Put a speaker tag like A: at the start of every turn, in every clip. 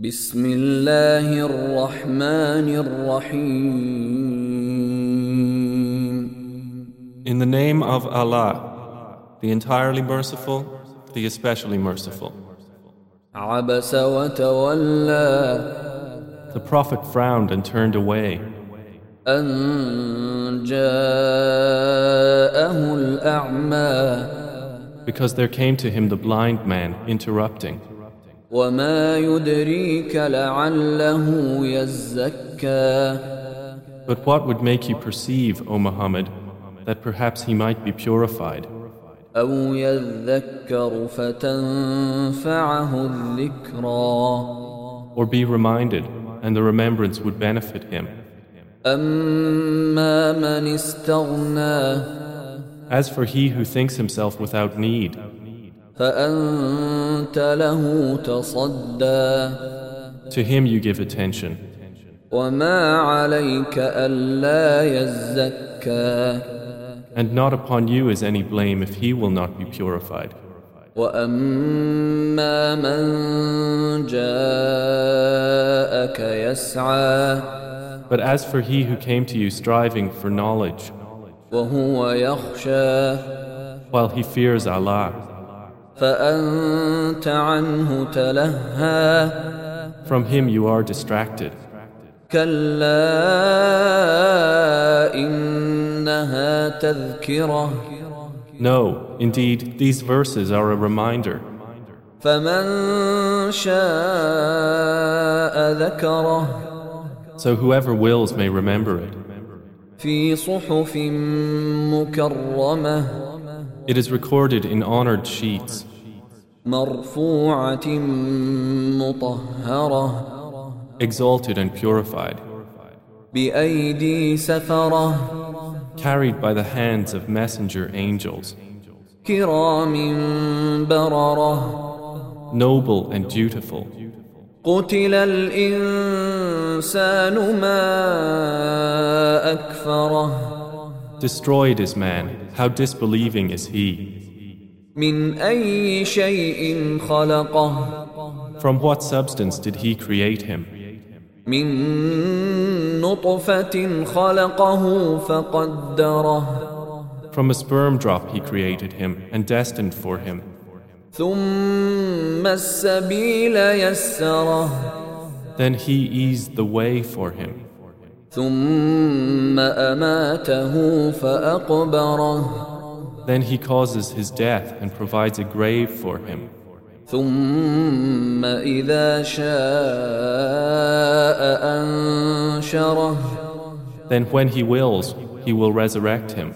A: بسم الله الرحمن الرحيم
B: In the name of Allah, the entirely merciful, the especially merciful.
A: عبس وتولى
B: The Prophet frowned and turned away
A: أن جاءه الأعمى
B: because there came to him the blind man interrupting.
A: وما يدريك لعله يزكى
B: But what would make you perceive, O Muhammad, that perhaps he might be purified?
A: أو يذكر فتنفعه الذكرى
B: Or be reminded, and the remembrance would benefit him.
A: أما من استغنى
B: As for he who thinks himself without need,
A: فأنت له تصدى
B: to him you give attention.
A: وما عليك ألا يزكى
B: And not upon you is any blame if he will not be purified.
A: وأما من جاءك يسعى
B: But as for he who came to you striving for knowledge,
A: وهو يخشى
B: while he fears Allah,
A: فأنت عنه تلهى
B: from him you are distracted.
A: كلا إنها تذكرة
B: No, indeed, these verses are a reminder.
A: فمن شاء ذكره
B: So whoever wills may remember it.
A: في صحف مكرمة
B: It is recorded in honored sheets,
A: مرفوعة مطهرة
B: exalted and purified,
A: بأيدي سفرة
B: carried by the hands of messenger angels,
A: كرام بررة
B: noble and dutiful.
A: قتل الإنسان ما أكفره
B: Destroyed is man, how disbelieving is he.
A: من أي شيء خلقه
B: From what substance did he create him?
A: من نطفة خلقه فقدره
B: From a sperm drop he created him and destined for him.
A: ثم السبيل يسره
B: Then he eased the way for him.
A: ثم أماته فأقبره
B: Then he causes his death and provides a grave for him.
A: ثم إذا شاء أنشره
B: Then when he wills, he will resurrect him.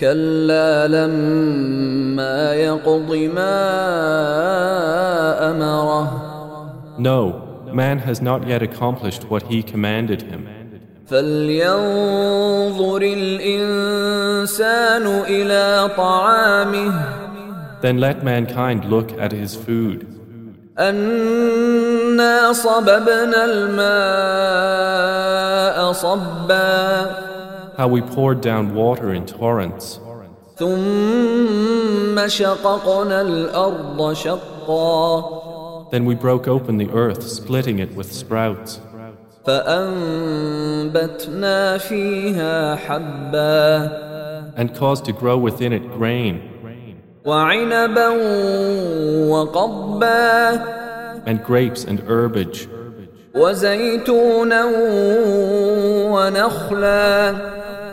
A: كلا لما يقض ما أمره
B: No, man has not yet accomplished what he commanded him.
A: فلينظر الإنسان إلى طعامه
B: Then let mankind look at his food.
A: أنا صببنا الماء صبا
B: How we poured down water in torrents.
A: ثم شققنا الأرض شقا
B: Then we broke open the earth, splitting it with sprouts.
A: فأنبتنا فيها حبا
B: And caused to grow within it grain,
A: وعنبا وقبا
B: and grapes and herbage,
A: وزيتونا ونخلا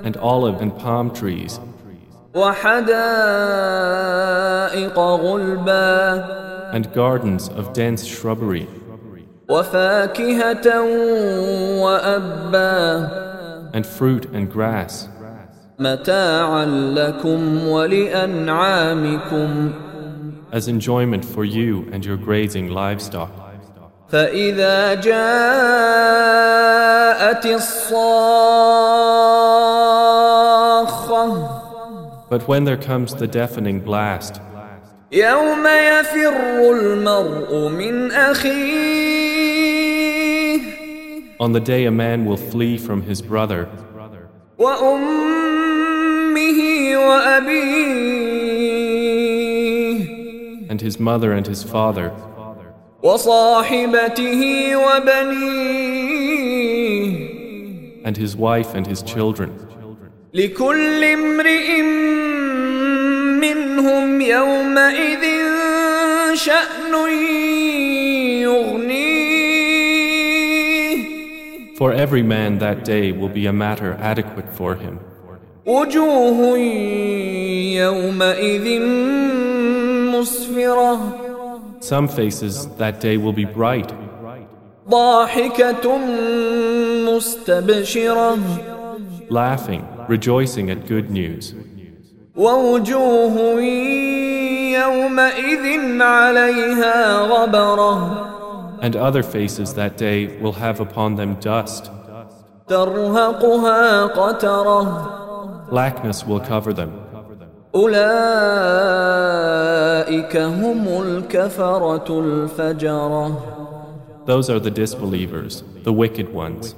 B: and olive and palm trees,
A: وحدائق غلبا
B: and gardens of dense shrubbery,
A: وفاكهة وأبا
B: and fruit and grass.
A: متاعا لكم ولأنعامكم
B: as enjoyment for you and your grazing livestock.
A: فإذا جاءت الصاخة
B: But when there comes the deafening blast,
A: يوم يفر المرء من أخيه
B: on the day a man will flee from his brother,
A: وأمه وأبيه
B: and his mother and his father,
A: وصاحبته وبنيه
B: and his wife and his children.
A: لكل امرئ منهم يومئذ شأن يغنيه
B: For every man that day will be a matter adequate for him.
A: وجوه يومئذ مسفرة
B: Some faces that day will be bright,
A: ضاحكة مستبشرة
B: laughing, rejoicing at good news,
A: ووجوه يومئذ عليها غبرة
B: and other faces that day will have upon them dust.
A: ترهقها قترة
B: Blackness will cover them.
A: أولئك هم الكفرة الفجرة
B: Those are the disbelievers, the wicked ones.